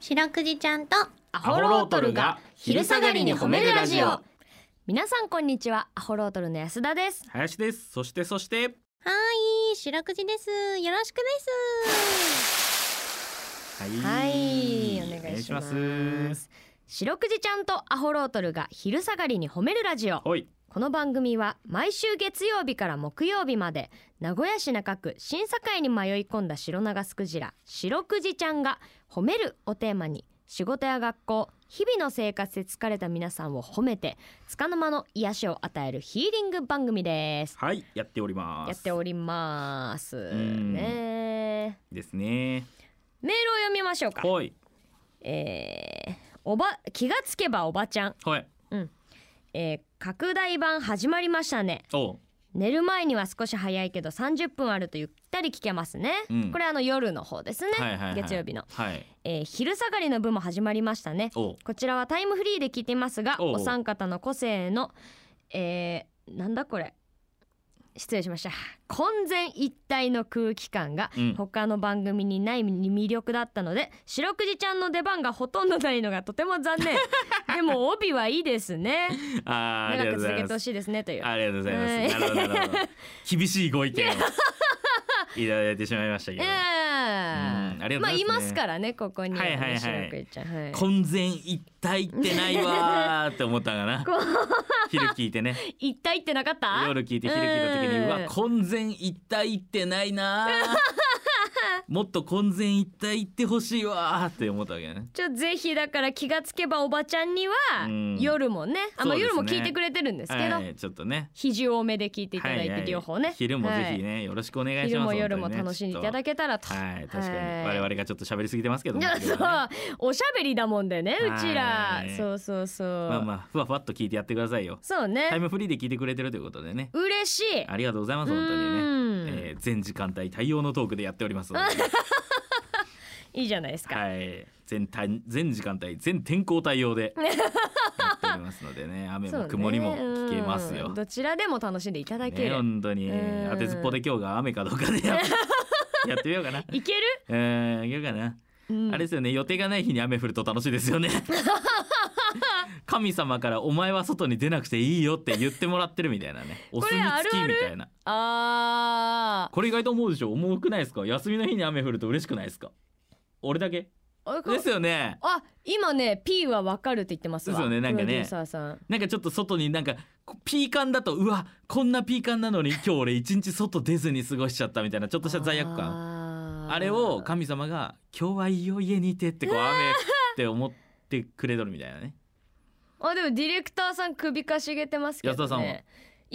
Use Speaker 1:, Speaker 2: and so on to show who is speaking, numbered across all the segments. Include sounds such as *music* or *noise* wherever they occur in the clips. Speaker 1: 白くじちゃんと
Speaker 2: ア
Speaker 3: ホロートルが昼下がりに褒めるラジオ
Speaker 2: 皆さんこんにちはアホロートルの安田です
Speaker 3: 林ですそしてそして
Speaker 1: はい白くじですよろしくです
Speaker 3: はい
Speaker 2: はいお願いしま
Speaker 3: お願いします
Speaker 2: 白くじちゃんとアホロートルが昼下がりに褒めるラジオ
Speaker 3: はい
Speaker 2: この番組は毎週月曜日から木曜日まで名古屋市中区審査会に迷い込んだ白長スクジラ白くじちゃんが褒めるおテーマに仕事や学校日々の生活で疲れた皆さんを褒めて束の間の癒しを与えるヒーリング番組です
Speaker 3: はいやっております
Speaker 2: やっており
Speaker 3: り
Speaker 2: ます
Speaker 3: ん
Speaker 2: ね
Speaker 3: ですね
Speaker 2: メールを読みましょうか
Speaker 3: はい
Speaker 2: えーおば気がつけばおばちゃん、
Speaker 3: はい
Speaker 2: えー拡大版始まりましたね
Speaker 3: おう
Speaker 2: 寝る前には少し早いけど30分あるとゆったり聞けますね、
Speaker 3: うん
Speaker 2: これあの夜の方ですね、
Speaker 3: はいはいはい
Speaker 2: 月曜日の、
Speaker 3: はい
Speaker 2: えー昼下がりの部も始まりましたね
Speaker 3: おう
Speaker 2: こちらはタイムフリーで聞いていますが
Speaker 3: おう
Speaker 2: お三方の個性のえーなんだこれ失礼しました混然一体の空気感が
Speaker 3: うん
Speaker 2: 他の番組にない魅力だったので白くじちゃんの出番がほとんどないのがとても
Speaker 3: *laughs*
Speaker 2: 残念でも帯はいいですね
Speaker 3: あーあ
Speaker 2: 長く
Speaker 3: りがとうご
Speaker 2: 続
Speaker 3: ざ
Speaker 2: け
Speaker 3: いま
Speaker 2: て
Speaker 3: す
Speaker 2: ほしいですねという
Speaker 3: ありがとうございます。
Speaker 2: はい
Speaker 3: なるほどなるほど。厳しいご意見をいただいてしまいましたけ
Speaker 2: え
Speaker 3: ど。
Speaker 2: え
Speaker 3: うんありがとうございますね
Speaker 2: まあいますからねここに
Speaker 3: はいはいはい
Speaker 2: 白くじちゃんはい
Speaker 3: 混然一体ってないわーって思った
Speaker 2: *laughs*
Speaker 3: かな。昼聞いてね、
Speaker 2: 一体ってなかった
Speaker 3: 夜聞いて昼聞いた時に
Speaker 2: う
Speaker 3: うんわ混然一体ってない
Speaker 2: *laughs*
Speaker 3: なー。もっと混然一体ってほしいわーって思ったわけだね。
Speaker 2: ちょぜひだから気がつけばおばちゃんには
Speaker 3: うん
Speaker 2: 夜もね、あまあ
Speaker 3: そうです
Speaker 2: 夜
Speaker 3: ね
Speaker 2: も聞いてくれてるんですけど、
Speaker 3: はい、ちょっとね。
Speaker 2: 肘多めで聞いていただい
Speaker 3: は
Speaker 2: て
Speaker 3: は
Speaker 2: 両方ね、
Speaker 3: 昼もぜひ
Speaker 2: は
Speaker 3: ね、よろしくお願いしま
Speaker 2: い
Speaker 3: す。
Speaker 2: 昼も夜も
Speaker 3: 本当にね
Speaker 2: 楽しんでいただけたらと。
Speaker 3: はい、確かに、
Speaker 2: はい
Speaker 3: 我々がちょっと喋りすぎてますけど
Speaker 2: い
Speaker 3: も
Speaker 2: や
Speaker 3: それはね
Speaker 2: *laughs* そうおしゃべりだもんでねうちら
Speaker 3: はい
Speaker 2: そうそうそう、
Speaker 3: まあまあふわふわっと聞いてやってくださいよ。
Speaker 2: そう
Speaker 3: タイ
Speaker 2: ね
Speaker 3: ムフリーで聞いてくれてるということでね。
Speaker 2: 嬉しい
Speaker 3: ありがとうございます本当
Speaker 2: うん
Speaker 3: にね、えー、全時間帯対応のトークでやっておりますので
Speaker 2: いいじゃないですか、
Speaker 3: はい全体全時間帯全天候対応
Speaker 2: *laughs*
Speaker 3: でやっておりますのでね雨
Speaker 2: そう
Speaker 3: も
Speaker 2: ね
Speaker 3: 曇りも聞けますよ
Speaker 2: うん。どちらでも楽しんでいただけ
Speaker 3: ね、
Speaker 2: る、
Speaker 3: 本当に
Speaker 2: うん
Speaker 3: 当てずっぽで今日が雨かどうかで
Speaker 2: *laughs*
Speaker 3: やっやってみようかな。
Speaker 2: いける、
Speaker 3: えー、やるかな、
Speaker 2: うん
Speaker 3: あれですよね予定がない日に雨降ると楽しいで
Speaker 2: *laughs*
Speaker 3: すよね神様からお前は外に出なくていいよって言ってもらってるみたいなねお墨
Speaker 2: あ
Speaker 3: 付
Speaker 2: る
Speaker 3: き
Speaker 2: あ
Speaker 3: み
Speaker 2: る
Speaker 3: たいな
Speaker 2: あ
Speaker 3: これ意外と思うでしょ重くないですか休みの日に雨降ると嬉しくないですか俺だけ
Speaker 2: ー
Speaker 3: ですよね
Speaker 2: あ今ね P はわかるって言ってますわ
Speaker 3: ですよねなん
Speaker 2: プ
Speaker 3: かね
Speaker 2: ロデューサーさん
Speaker 3: なんかちょっと外になんかこピーカンだとうわこんなピーカンなのに今日俺一日外出ずに過ごしちゃったみたいなちょっとした罪悪感
Speaker 2: 感
Speaker 3: あれを神様が「今日はいいよ家にいて」ってこう雨って思ってくれとるみたいなね
Speaker 2: あでもディレクターさん首かしげてますけどね
Speaker 3: 安田さんはい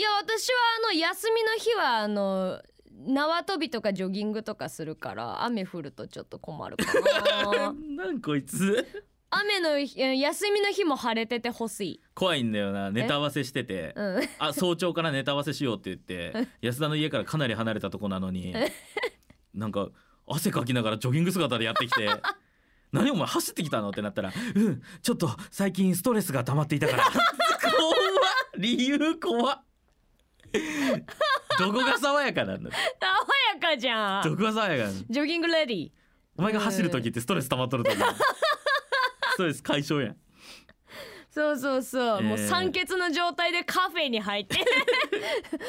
Speaker 2: や私はあの休みの日はあの縄跳びとかジョギングとかするから雨降るとちょっと困るか
Speaker 3: *laughs*
Speaker 2: な
Speaker 3: なんこいつ
Speaker 2: 雨の日え休みの日も晴れててほしい、
Speaker 3: 怖いんだよなネタ合わせし
Speaker 2: *laughs*
Speaker 3: てて
Speaker 2: うん、
Speaker 3: あ早朝からネタ合わせしようって言
Speaker 2: *laughs*
Speaker 3: って安田の家からかなり離れたとこなのになんか汗かきながらジョギング姿でやって
Speaker 2: *laughs*
Speaker 3: きて「何お前走ってきたの?」ってなったら「うんちょっと最近ストレスが溜まってい
Speaker 2: *laughs*
Speaker 3: たから」怖っ理由怖っどこが爽や
Speaker 2: *laughs*
Speaker 3: かなんだ
Speaker 2: 爽やかじゃ
Speaker 3: ど
Speaker 2: ん
Speaker 3: こが爽やかなんだ
Speaker 2: ジョギングレディ
Speaker 3: お前が走る時ってストレス溜まっとる
Speaker 2: *laughs*
Speaker 3: と思うストレス解消やん
Speaker 2: そうそうそう、もう
Speaker 3: えー
Speaker 2: 酸欠の状態でカフェに入って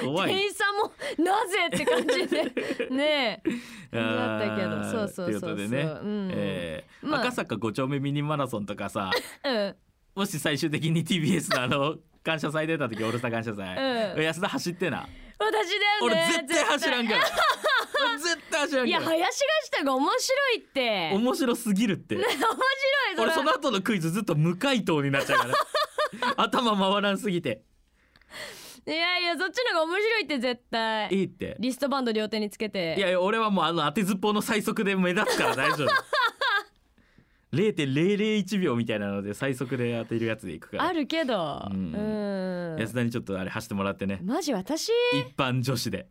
Speaker 3: 怖い
Speaker 2: 店員さんもなぜって感じ
Speaker 3: *laughs*
Speaker 2: でねえ感じだったけ
Speaker 3: あー
Speaker 2: どそうそうそうそう
Speaker 3: ということでね、
Speaker 2: うん
Speaker 3: えー
Speaker 2: まあ
Speaker 3: 赤坂5丁目ミニマラソンとかさ
Speaker 2: うん
Speaker 3: もし最終的に TBS のあ
Speaker 2: *laughs*
Speaker 3: の感謝祭出た時オールスター感謝祭、
Speaker 2: うん
Speaker 3: 安田走ってな
Speaker 2: 私だよ
Speaker 3: 俺
Speaker 2: ね
Speaker 3: 絶対走らんから俺絶対走らん
Speaker 2: いや
Speaker 3: から
Speaker 2: 林がしたが面白いって面
Speaker 3: 面白すぎ
Speaker 2: *laughs*
Speaker 3: るって
Speaker 2: 白い
Speaker 3: 俺そ
Speaker 2: れ
Speaker 3: の後のクイズずっと無回答になっちゃうから
Speaker 2: *laughs*
Speaker 3: 頭回らんすぎて
Speaker 2: いやいやそっちの方が面白いって絶
Speaker 3: い
Speaker 2: 対
Speaker 3: いって
Speaker 2: リストバンド両手につけて
Speaker 3: いやいや俺はもうあの当てずっぽうの最速で目立つから大
Speaker 2: *laughs*
Speaker 3: 丈夫0.001秒みたいなので最速で当てるやつでいくから
Speaker 2: あるけどう
Speaker 3: うん
Speaker 2: ん
Speaker 3: 安田にちょっとあれ走ってもらってね
Speaker 2: マジ私
Speaker 3: 一般女子で、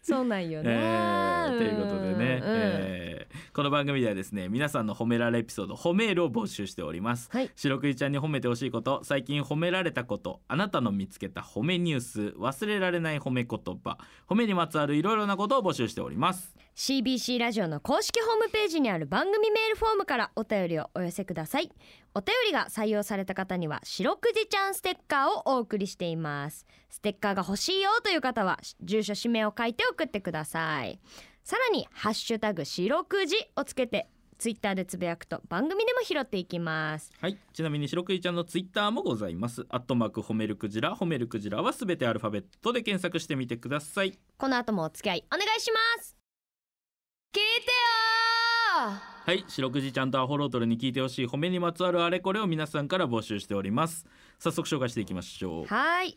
Speaker 2: そうなんよ
Speaker 3: え
Speaker 2: な
Speaker 3: ーということでね、
Speaker 2: うん
Speaker 3: えーこの番組ではですね皆さんの褒められエピソード褒めールを募集しております
Speaker 2: はい
Speaker 3: 白クイちゃんに褒めてほしいこと最近褒められたことあなたの見つけた褒めニュース忘れられない褒め言葉褒めにまつわるいろいろなことを募集しております
Speaker 2: CBC ラジオの公式ホームページにある番組メールフォームからお便りをお寄せくださいお便りが採用された方には「白くじちゃんステッカー」をお送りしていますステッカーが欲しいよという方は住所氏名を書いて送ってくださいさらに「ハッシュタグ白くじ」をつけてツイッターでつぶやくと番組でも拾っていきます
Speaker 3: はいちなみに白クイちゃんのツイッターもございますアットマーク褒めるクジラ褒めるクジラはすべてアルファベットで検索してみてください
Speaker 2: この後もお付き合いお願いします聞いてよー
Speaker 3: はい白くじちゃんとアホロートルに聞いてほしい褒めにまつわるあれこれを皆さんから募集しております早速紹介していきましょう
Speaker 2: はーい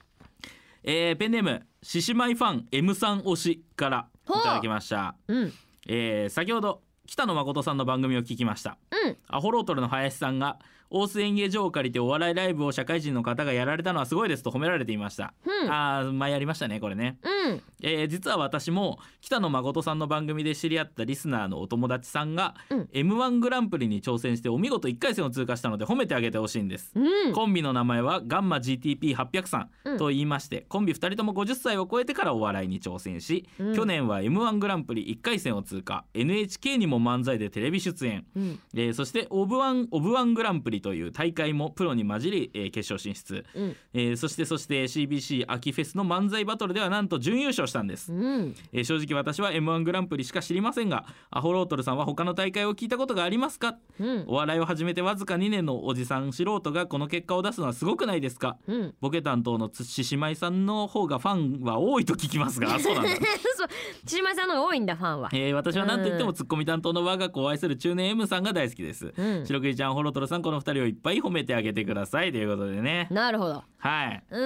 Speaker 3: えーペンネーム獅子舞ファン M さん推しからい
Speaker 2: ほう
Speaker 3: ただきました、
Speaker 2: うん
Speaker 3: えー先ほど北野誠さんの番組を聞きました
Speaker 2: うん
Speaker 3: アホロートルの林さんが大須演芸場を借りてお笑いライブを社会人の方がやられたのはすごいですと褒められていました、
Speaker 2: うん
Speaker 3: ああ前やりましたねこれね
Speaker 2: うん
Speaker 3: えー実は私も北野誠さんの番組で知り合ったリスナーのお友達さんが、
Speaker 2: うん
Speaker 3: m 1グランプリに挑戦してお見事1回戦を通過したので褒めてあげてほしいんです、
Speaker 2: うん
Speaker 3: コンビの名前はガンマ GTP800 さ
Speaker 2: うん
Speaker 3: んと言いまして、コンビ2人とも50歳を超えてからお笑いに挑戦し、
Speaker 2: うん
Speaker 3: 去年は m 1グランプリ1回戦を通過 NHK にも漫才でテレビ出演、
Speaker 2: うん
Speaker 3: えーそしてオブワンオブワングランプリという大会もプロに混じり、えー決勝進出、
Speaker 2: うん
Speaker 3: えーそしてそして CBC 秋フェスの漫才バトルではなんと準優勝したんです、
Speaker 2: うん
Speaker 3: えー正直私は m 1グランプリしか知りませんがアホロートルさんは他の大会を聞いたことがありますか
Speaker 2: うん
Speaker 3: お笑いを始めてわずか2年のおじさん素人がこの結果を出すのはすごくないですか
Speaker 2: うん
Speaker 3: ボケ担当の獅子舞さんの方がファンは多いと聞きま
Speaker 2: *laughs*
Speaker 3: すがあそうなんだ
Speaker 2: そう千島さんの方が多いんだファンは
Speaker 3: えー私は何と言ってもツッコミ担当の我が子を愛する中年 M さんが大好きです、
Speaker 2: うん
Speaker 3: 白クイちゃんホロトロさんこの二人をいっぱい褒めてあげてくださいということでね
Speaker 2: なるほど
Speaker 3: はい
Speaker 2: う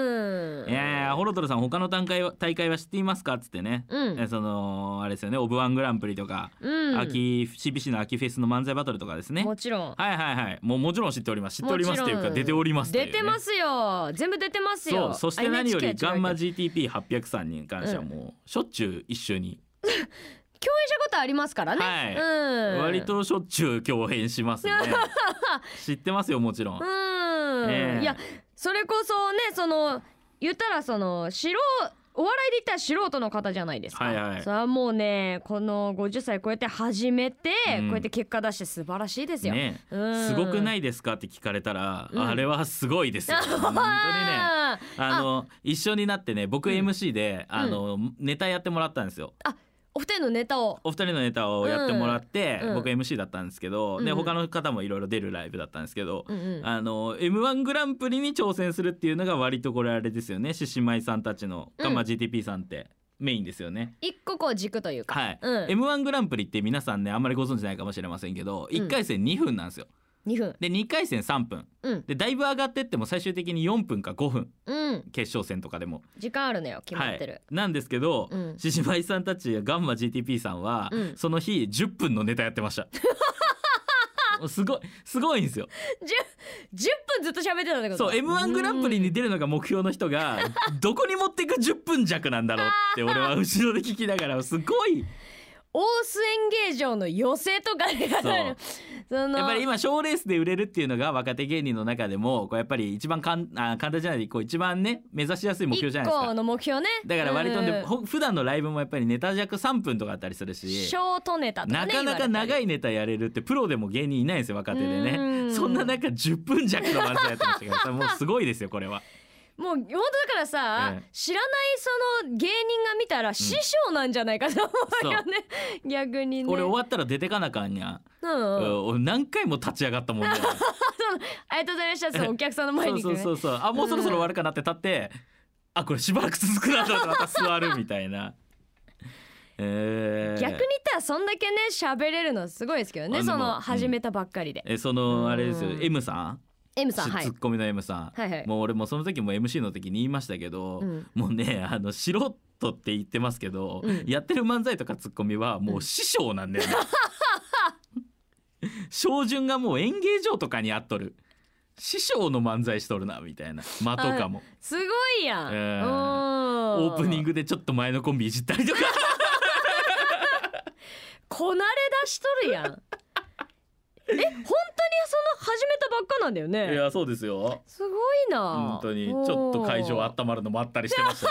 Speaker 2: ん
Speaker 3: いやーホロトロさん他の大会は大会は知っていますかっつってね、
Speaker 2: うん
Speaker 3: えーそのあれですよねオブワングランプリとか、
Speaker 2: うん
Speaker 3: 秋 CBC の秋フェスの漫才バトルとかですね
Speaker 2: もちろん
Speaker 3: はいはいはいもうもちろん知っております知っておりますという
Speaker 2: もち
Speaker 3: か
Speaker 2: ろん
Speaker 3: 出ておりますという、ね、
Speaker 2: 出てますよ全部出てます
Speaker 3: そう
Speaker 2: よ
Speaker 3: そして何より
Speaker 2: NHK は違うけ
Speaker 3: ガ
Speaker 2: ど
Speaker 3: ンマ
Speaker 2: 共演し
Speaker 3: GTP800 さんに関してはもうしょっちゅう一緒に、
Speaker 2: たことありますからね
Speaker 3: はい
Speaker 2: うん
Speaker 3: 割としょっちゅう共演しますね *laughs* 知ってますよもちろ
Speaker 2: *laughs*
Speaker 3: ん、
Speaker 2: うん
Speaker 3: ねえ
Speaker 2: いやそれこそねその言ったらその素人お笑いで言ったら素人の方じゃないですか、
Speaker 3: はいはい
Speaker 2: それはもうねこの50歳超えて初めて、
Speaker 3: うん
Speaker 2: こうやって結果出して素晴らしいですよ、
Speaker 3: ね
Speaker 2: うん
Speaker 3: すごくないですかって聞かれたら、
Speaker 2: うん
Speaker 3: あれはすごいで
Speaker 2: *laughs*
Speaker 3: すよ本当にね
Speaker 2: あー
Speaker 3: あの一緒になってね僕
Speaker 2: うん
Speaker 3: MC で、あのネタやってもらったんですよ
Speaker 2: お二人のネタを
Speaker 3: お二人のネタをやってもらって、
Speaker 2: うんうん
Speaker 3: 僕 MC だったんですけど、で
Speaker 2: うん
Speaker 3: 他の方もいろいろ出るライブだったんですけど、
Speaker 2: うんうん
Speaker 3: あの m 1グランプリに挑戦するっていうのが割とこれあれですよね獅子舞さんたちの
Speaker 2: うん
Speaker 3: ガンマ GTP さんってメインですよね。
Speaker 2: 一個こう軸というか、
Speaker 3: はい、
Speaker 2: うん
Speaker 3: m 1グランプリって皆さんねあんまりご存知ないかもしれませんけど1回戦2分なんですよ。
Speaker 2: 二分
Speaker 3: で2回戦3分
Speaker 2: うん
Speaker 3: でだいぶ上がってっても最終的に4分か5分
Speaker 2: うん
Speaker 3: 決勝戦とかでも。
Speaker 2: 時間あるのよ決まって
Speaker 3: は
Speaker 2: る、
Speaker 3: い、なんですけど
Speaker 2: うん
Speaker 3: 獅子舞さんたちガンマ GTP さんは、
Speaker 2: うん
Speaker 3: その日10分のネタやってました
Speaker 2: *laughs*
Speaker 3: もうすごいすごいんですよ
Speaker 2: 十十10分ずっと喋ってたんだけど
Speaker 3: そう m 1グランプリに出るのが目標の人
Speaker 2: *laughs*
Speaker 3: がどこに持っていく10分弱なんだろうって俺は後ろで聞きながらすごい
Speaker 2: 大須演芸場の寄せとかでや
Speaker 3: そう
Speaker 2: るその
Speaker 3: やっぱり今賞レースで売れるっていうのが若手芸人の中でもこうやっぱり一番かんあ簡単じゃないこう一番ね目指しやすい目標じゃないです
Speaker 2: 一個
Speaker 3: か
Speaker 2: の目標ね
Speaker 3: だから割と
Speaker 2: う
Speaker 3: ね
Speaker 2: ん
Speaker 3: ほ普段のライブもやっぱりネタ弱3分とかあったりするし
Speaker 2: ショートネタとか、
Speaker 3: な
Speaker 2: ね、
Speaker 3: かなか長
Speaker 2: い
Speaker 3: いネタやれるってプロでも芸人いないんですよ若手で
Speaker 2: う
Speaker 3: ね
Speaker 2: ん
Speaker 3: そんな中10分弱の漫才やってましたからもうすごいですよこれは
Speaker 2: もう本当だからさ、
Speaker 3: ええ
Speaker 2: 知らないその芸人が見たら師匠なんじゃないかと思うよね、逆に *laughs* ね
Speaker 3: 俺終わったら出てかなあかんにゃん
Speaker 2: うんうん、
Speaker 3: 俺何回も立ち上がったもんね
Speaker 2: ありがとうございましたそうお客さんの *laughs* 前
Speaker 3: そう
Speaker 2: に行く
Speaker 3: そう
Speaker 2: ね
Speaker 3: そうそうあもうそろそろ終わるかなって立ってあこれしばらく続くなと思ってまた座るみた
Speaker 2: *laughs*
Speaker 3: いなえー
Speaker 2: 逆に言ったらそんだけね喋れるのすごいですけど
Speaker 3: あ
Speaker 2: ね
Speaker 3: でも
Speaker 2: そうの
Speaker 3: ん
Speaker 2: 始めたばっかりで、
Speaker 3: えそのあれですよ
Speaker 2: うん
Speaker 3: M さん
Speaker 2: M さんは
Speaker 3: ツ
Speaker 2: い
Speaker 3: ッコミの M さん、
Speaker 2: はいはい
Speaker 3: もう俺もその時も MC の時に言いましたけど、
Speaker 2: うん
Speaker 3: もうねあの素人って言ってますけど、
Speaker 2: うん
Speaker 3: やってる漫才とかツッコミはもう師匠なん
Speaker 2: *laughs*
Speaker 3: だよね。照準がもう演芸場とかにあっとる師匠の漫才しとるなみたいな間とかも
Speaker 2: すごいやん、
Speaker 3: ええ
Speaker 2: オ *laughs*
Speaker 3: オープニングでちょっと前のコンビいじったりとか
Speaker 2: こなれしとるやんえ本当にその始めたばっかなんだよ
Speaker 3: い
Speaker 2: ね
Speaker 3: やそうですよ
Speaker 2: すごいな
Speaker 3: 本当にちょっと会場温まるのもあったりしてま
Speaker 2: *laughs*
Speaker 3: した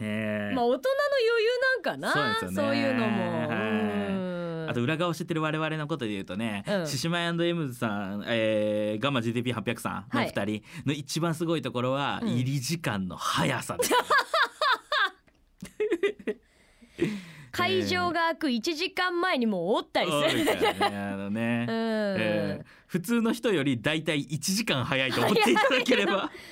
Speaker 3: へえ、
Speaker 2: まあ大人の余裕なんかな
Speaker 3: そ
Speaker 2: そうう,、
Speaker 3: ですよね
Speaker 2: いうのも、
Speaker 3: はいあと裏側を知ってる我々のことで言うとね、
Speaker 2: うん
Speaker 3: 獅子舞 &M さん、えー、ガンマ GDP800 さんのお二人の一番すごいところは、
Speaker 2: うん
Speaker 3: 入り時間の
Speaker 2: *laughs*
Speaker 3: 速さです。
Speaker 2: 会場が開く1時間前にもうおったりす
Speaker 3: そう
Speaker 2: る、
Speaker 3: みたいなねあのね、
Speaker 2: *laughs* うん
Speaker 3: えー普通の人よりだいたい1時間早いと思っていただければ、
Speaker 2: *laughs*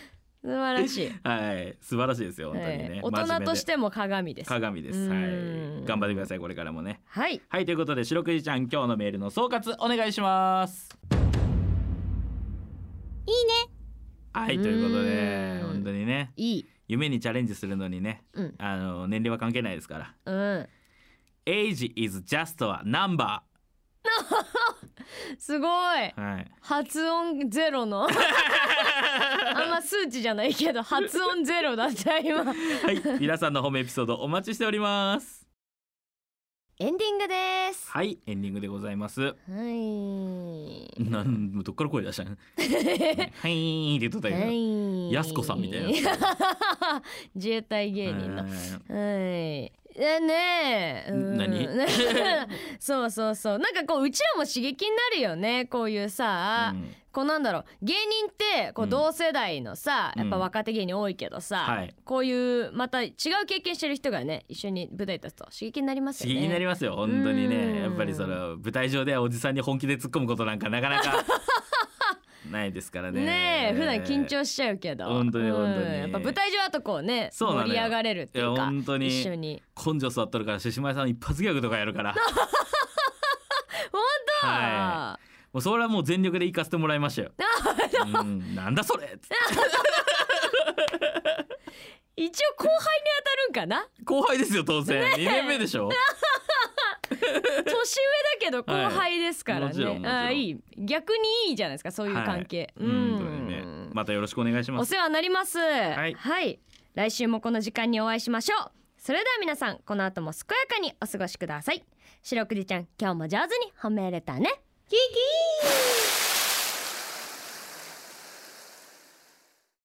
Speaker 2: 素晴らしい、
Speaker 3: はい、素晴らしいですよ本当に
Speaker 2: え
Speaker 3: ね
Speaker 2: え。大
Speaker 3: 真面
Speaker 2: 人
Speaker 3: 目で
Speaker 2: としても鏡です
Speaker 3: 鏡です。は
Speaker 2: うん
Speaker 3: い、頑張ってくださいこれからもね。
Speaker 2: はい
Speaker 3: はいということで白くじちゃん今日のメールの総括お願いします。
Speaker 1: いいね
Speaker 3: はいということで
Speaker 2: うん
Speaker 3: 本当にね
Speaker 2: いい
Speaker 3: 夢にチャレンジするのにね
Speaker 2: うん
Speaker 3: あの年齢は関係ないですから。
Speaker 2: うん
Speaker 3: Age is just a number。
Speaker 2: すごい *laughs*
Speaker 3: はい。
Speaker 2: 発音ゼロ
Speaker 3: *laughs*
Speaker 2: のあんま数値じゃないけど発音ゼロだった
Speaker 3: *laughs*
Speaker 2: 今
Speaker 3: はい皆さんのホームエピソードお待ちしております。
Speaker 2: エンディングです
Speaker 3: はいエンディングでございます。
Speaker 2: はい
Speaker 3: なんどっから声
Speaker 2: *laughs*
Speaker 3: 出したのはいーって言っとったけど。
Speaker 2: い
Speaker 3: やすこさんみたい
Speaker 2: *laughs* 自衛隊芸人の
Speaker 3: は
Speaker 2: は
Speaker 3: い
Speaker 2: い。えねえ、うん
Speaker 3: 何
Speaker 2: *laughs* そうそうそうなんかこううちらも刺激になるよねこういうさ、
Speaker 3: うん
Speaker 2: こうなんだろう芸人ってこ
Speaker 3: う
Speaker 2: うん同世代のさ、
Speaker 3: うん
Speaker 2: やっぱ若手芸人多いけどさ、
Speaker 3: はい
Speaker 2: こういうまた違う経験してる人がね一緒に舞台立つと刺激になりますよ
Speaker 3: 刺
Speaker 2: ね。
Speaker 3: 激になりますよ本当に
Speaker 2: うん
Speaker 3: ねやっぱりその舞台上ではおじさんに本気で突っ込むことなんかなかな
Speaker 2: *laughs*
Speaker 3: かないですからね
Speaker 2: ねえ普段緊張しちゃうけど
Speaker 3: 本当に本当に
Speaker 2: うんやっぱ舞台上だとこうね
Speaker 3: そうなのよ
Speaker 2: 盛り上がれるっていう
Speaker 3: いや
Speaker 2: か
Speaker 3: 本当に
Speaker 2: 一緒に
Speaker 3: 根性座っとるから獅子舞さん一発ギャグとかやるから
Speaker 2: *laughs* 本当、
Speaker 3: はもうそれはもう全力で行かせてもらい
Speaker 2: *laughs*
Speaker 3: ましたよ、うん、なんだそれっつって
Speaker 2: 一応後輩に当たるんか
Speaker 3: *laughs*
Speaker 2: な
Speaker 3: 後輩ですよ当然2年目でしょ
Speaker 2: 年上だけど後輩ですから
Speaker 3: はいもちろん
Speaker 2: ね。
Speaker 3: もちろん
Speaker 2: あいい逆にいいじゃないですかそういう関係。
Speaker 3: は
Speaker 2: う
Speaker 3: い、うん
Speaker 2: ん
Speaker 3: 本当にねまたよろしくお願いしま
Speaker 2: お
Speaker 3: す
Speaker 2: 世話になります。はい来週もこの時間にお会いしましょう。それでは皆さんこの後も健やかにお過ごしください。白くじちゃん今日も上手に褒めれたね。キキー。